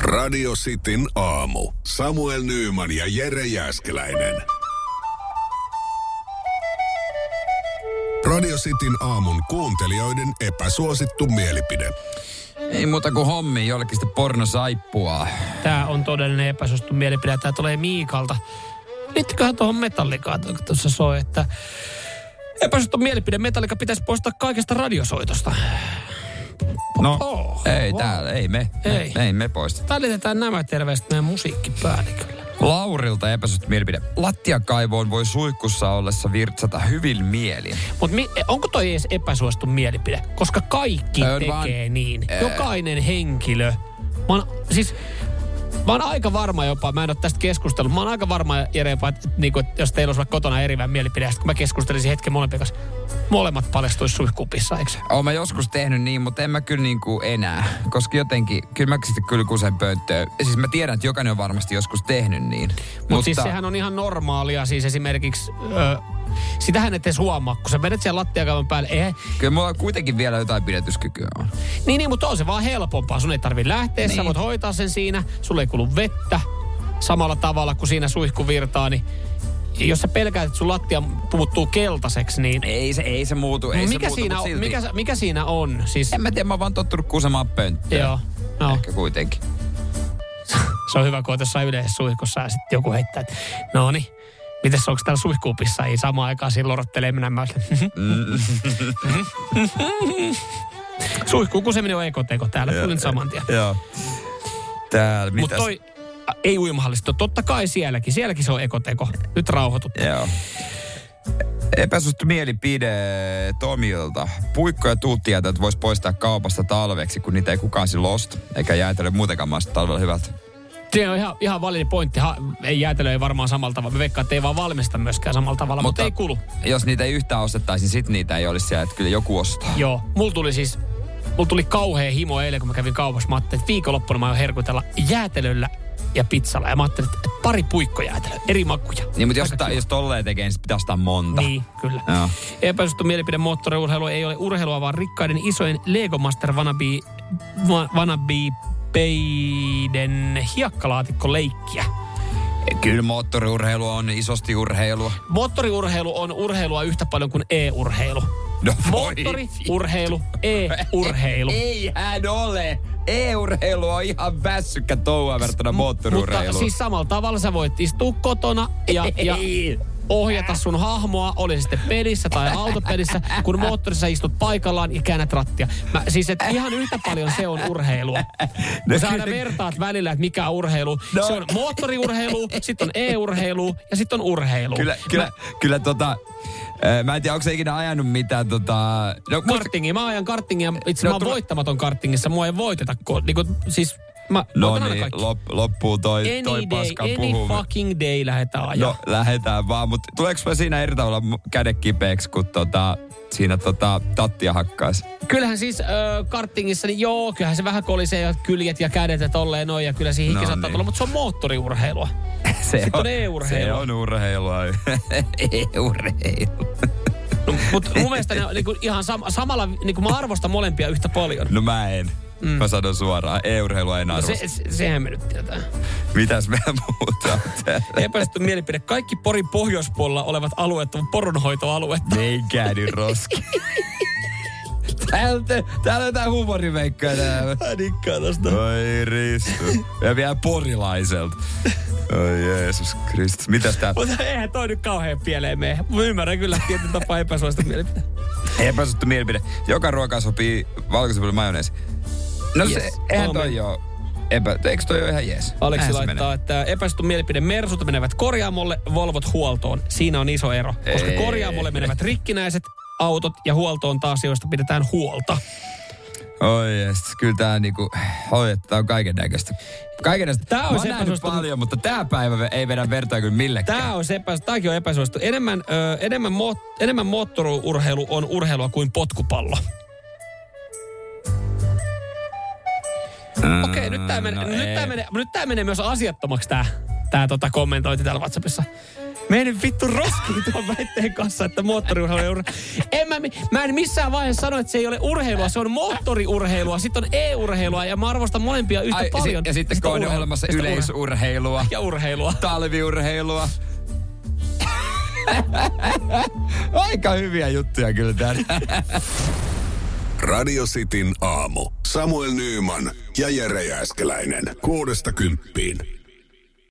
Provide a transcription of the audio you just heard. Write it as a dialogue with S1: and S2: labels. S1: Radio Cityn aamu. Samuel Nyyman ja Jere Jäskeläinen. Radio Cityn aamun kuuntelijoiden epäsuosittu mielipide.
S2: Ei muuta kuin hommi, jollekin sitten pornosaippua.
S3: Tämä on todellinen epäsuostun mielipide. Tämä tulee Miikalta. Liittyköhän tuohon metallikaan, kun tuossa soi, että epäsuostun mielipide metallika pitäisi poistaa kaikesta radiosoitosta.
S2: No,
S3: Oh,
S2: ei
S3: wow.
S2: täällä, ei me. Ei.
S3: Ei.
S2: Me, ei me poisteta.
S3: Välitetään nämä terveiset meidän musiikkipäällikölle.
S2: Laurilta epäsuosittu mielipide. Lattiakaivoon voi suihkussa ollessa virtsata hyvin mielin.
S3: Mutta mi- e, onko toi edes epäsuostun mielipide? Koska kaikki
S2: Ön
S3: tekee
S2: vaan-
S3: niin. Jokainen henkilö. Mä oon, siis, mä oon aika varma jopa, mä en ole tästä keskustellut, mä oon aika varma Jere jopa, että, niinku, että jos teillä olisi vaikka kotona erivä mielipide, ja sit kun mä keskustelisin hetken molempien kanssa, molemmat paljastuisi suihkupissa, eikö se?
S2: Oon mä joskus tehnyt niin, mutta en mä kyllä niin kuin enää. Koska jotenkin, kyllä mä sitten kyllä kusen pönttöön. Siis mä tiedän, että jokainen on varmasti joskus tehnyt niin.
S3: Mutta siis sehän on ihan normaalia, siis esimerkiksi, ö, sitähän et edes huomaa, kun sä menet siellä lattiakaivon päälle, eihän,
S2: Kyllä mulla kuitenkin vielä jotain pidetyskykyä on.
S3: Niin, niin, mutta on se vaan helpompaa. Sun ei tarvi lähteä, niin.
S2: Niin.
S3: sä voit hoitaa sen siinä. Sulle ei kulu vettä samalla tavalla kuin siinä suihku virtaa, niin jos sä pelkäät, että sun lattia puuttuu keltaiseksi, niin
S2: Ei se, ei se muutu, ei se
S3: No mikä,
S2: muutu,
S3: siinä
S2: mut
S3: on,
S2: silti.
S3: mikä, mikä siinä on? Siis,
S2: En mä tiedä, mä oon vaan tottunut kusemaan pönttöön.
S3: joo, no,
S2: Ehkä kuitenkin.
S3: se on hyvä, kun oot jossain yleisessä suihkussa ja sitten joku heittää, että no niin, mites onko täällä suihkuupissa? Ei samaan aikaan siinä lorottelee minä mä "Mm-hmm, Suihkuun kuseminen mm-hmm, on ekoteko täällä, tulin saman tien.
S2: Joo. Täällä,
S3: Mutta
S2: mitäs?
S3: toi, a, ei uimahallista, totta kai sielläkin. Sielläkin se on ekoteko. Nyt rauhoitut.
S2: Joo. Epäsuosittu mielipide Tomilta. Puikko- ja tuuttijätät voisi poistaa kaupasta talveksi, kun niitä ei kukaan silloin osta. Eikä jäätelö muutenkaan maista talvella hyvältä.
S3: Se on ihan, ihan validi pointti. Ha, ei jäätelö ei varmaan samalla tavalla. Me veikkaan, että ei vaan valmista myöskään samalla tavalla, mutta, ei kulu.
S2: Jos niitä ei yhtään ostettaisiin, sit niitä ei olisi siellä, että kyllä joku ostaa.
S3: Joo, mulla tuli siis, mulla tuli kauhea himo eilen, kun mä kävin kaupassa. Mä ajattelin, että viikonloppuna mä oon herkutella jäätelöllä ja pizzalla. Ja mä ajattelin, että pari puikkojäätelöä, eri makuja.
S2: Niin, mutta jos,
S3: Aika
S2: ta,
S3: kiva.
S2: jos tolleen tekee, niin sit pitää ostaa monta.
S3: Niin, kyllä.
S2: Joo.
S3: Epäsuosittu mielipide moottoriurheilu ei ole urheilua, vaan rikkaiden isojen Lego Master wannabe, wa- wannabe-peiden hiekkalaatikkoleikkiä.
S2: Kyllä moottoriurheilu on isosti urheilua.
S3: Moottoriurheilu on urheilua ytä paljon kuin e-urheilu.
S2: No voi
S3: Moottoriurheilu, e-urheilu.
S2: Ei hän ole. E-urheilu on ihan väsykkä touhua verrattuna moottoriurheiluun.
S3: Mutta siis samalla tavalla sä voit istua kotona ja, ja
S2: Ei.
S3: ohjata sun hahmoa, oli se sitten pelissä tai autopelissä, kun moottorissa istut paikallaan ja käännät rattia. Mä, siis et ihan yhtä paljon se on urheilua.
S2: No
S3: No, sä aina
S2: kyllä-
S3: vertaat välillä, että mikä on urheilu.
S2: No.
S3: No. Se on moottoriurheilu, sitten on e-urheilu ja sitten on urheilu.
S2: Kyllä, kyllä, kyllä tota... ö, Mä en tiedä, onko se ikinä ajanut mitään tota... No,
S3: Mä,
S2: muist-
S3: kartingi, mä ajan kartingia, itse
S2: No,
S3: no, mä oon
S2: tule-
S3: voittamaton kartingissa, mua ei voiteta. Ko, niinku, siis mä, mä
S2: no
S3: otan aina
S2: niin,
S3: kaikki.
S2: lop, loppuu toi,
S3: Any
S2: toi paska
S3: day, any
S2: puhuminen.
S3: fucking day lähdetään ajaa.
S2: No, lähetään vaan, mutta tuleeko sulla siinä eri tavalla mu- kädet kipeäksi, kun tota, siinä tota, tattia hakkaas?
S3: Kyllähän siis ö, kartingissa, niin joo, kyllähän se vähän kolisee ja kyljet ja kädet ja tolleen noin ja kyllä siihen hiki
S2: No
S3: saattaa
S2: niin.
S3: tulla, mutta se on moottoriurheilua.
S2: Se
S3: Sitten on e-urheilua.
S2: Se on urheilua. E-urheilu.
S3: No, mutta mun mielestä ne on niinku ihan sam- samalla, niinku mä arvostan molempia yhtä paljon.
S2: No mä en. Mm. Mä sanon suoraan, e-urheilua en
S3: No
S2: arvosta.
S3: se, se, sehän me nyt tietää.
S2: Mitäs me muuta on täällä?
S3: Epästetty mielipide. Kaikki Porin pohjoispuolella olevat alueet on poronhoitoaluetta.
S2: Ei käynyt roski. Täältä, täällä on jotain huumoriveikkoja täällä.
S3: Mä dikkaan tästä.
S2: Oi ristu. Ja vielä porilaiselta. Oi Jeesus Kristus. Mitäs tää?
S3: Mutta eihän toi nyt kauhean pieleen mene. Mä ymmärrän kyllä tietyn tapaa epäsuosta mielipide.
S2: Epäsuttu mielipide. Joka ruoka sopii valkosipulin majoneesi. No se,
S3: Yes.
S2: eihän
S3: Amen.
S2: toi joo. Epä, eikö toi ole ihan jees?
S3: Aleksi
S2: Näinhän se
S3: laittaa, että epäsuttu mielipide Mersut menevät korjaamolle, Volvot huoltoon. Siinä on iso ero, koska
S2: Ei.
S3: korjaamolle menevät rikkinäiset autot ja huoltoon taas, joista pidetään huolta.
S2: menee. Oi jees. Kyllä tää niinku, oi, että tää on kaiken näköistä. Kaiken näköistä.
S3: Tää
S2: Mä
S3: olisi
S2: oon nähnyt
S3: epäsuosittu-
S2: paljon, mutta tää päivä ei vedä vertaa kyllä millekään.
S3: Tämä on epäs, tääkin on epäsuosittu. Enemmän, ö, enemmän, mo, enemmän moottoriurheilu on urheilua kuin potkupallo. Okei, okay, nyt tämä menee,
S2: no
S3: nyt
S2: ei.
S3: tää menee, nyt tää menee myös asiattomaksi tämä tää tota kommentointi täällä WhatsAppissa. Menen vittu roskiin tuon väitteen kanssa, että moottoriurheilu on urhe- en mä, mi- mä en missään vaiheessa sano, että se ei ole urheilua. Se on moottoriurheilua, sitten on e-urheilua ja mä arvostan molempia yhtä
S2: Ai,
S3: paljon.
S2: Si- ja sitten
S3: Mistä
S2: on
S3: urheilu-
S2: olemassa
S3: mistä urheilu-
S2: yleisurheilua,
S3: Ja urheilua.
S2: talviurheilua. Aika hyviä juttuja kyllä täällä.
S1: Radio Cityn aamu. Samuel Nyyman ja Jere Jääskeläinen. Kuudesta kymppiin.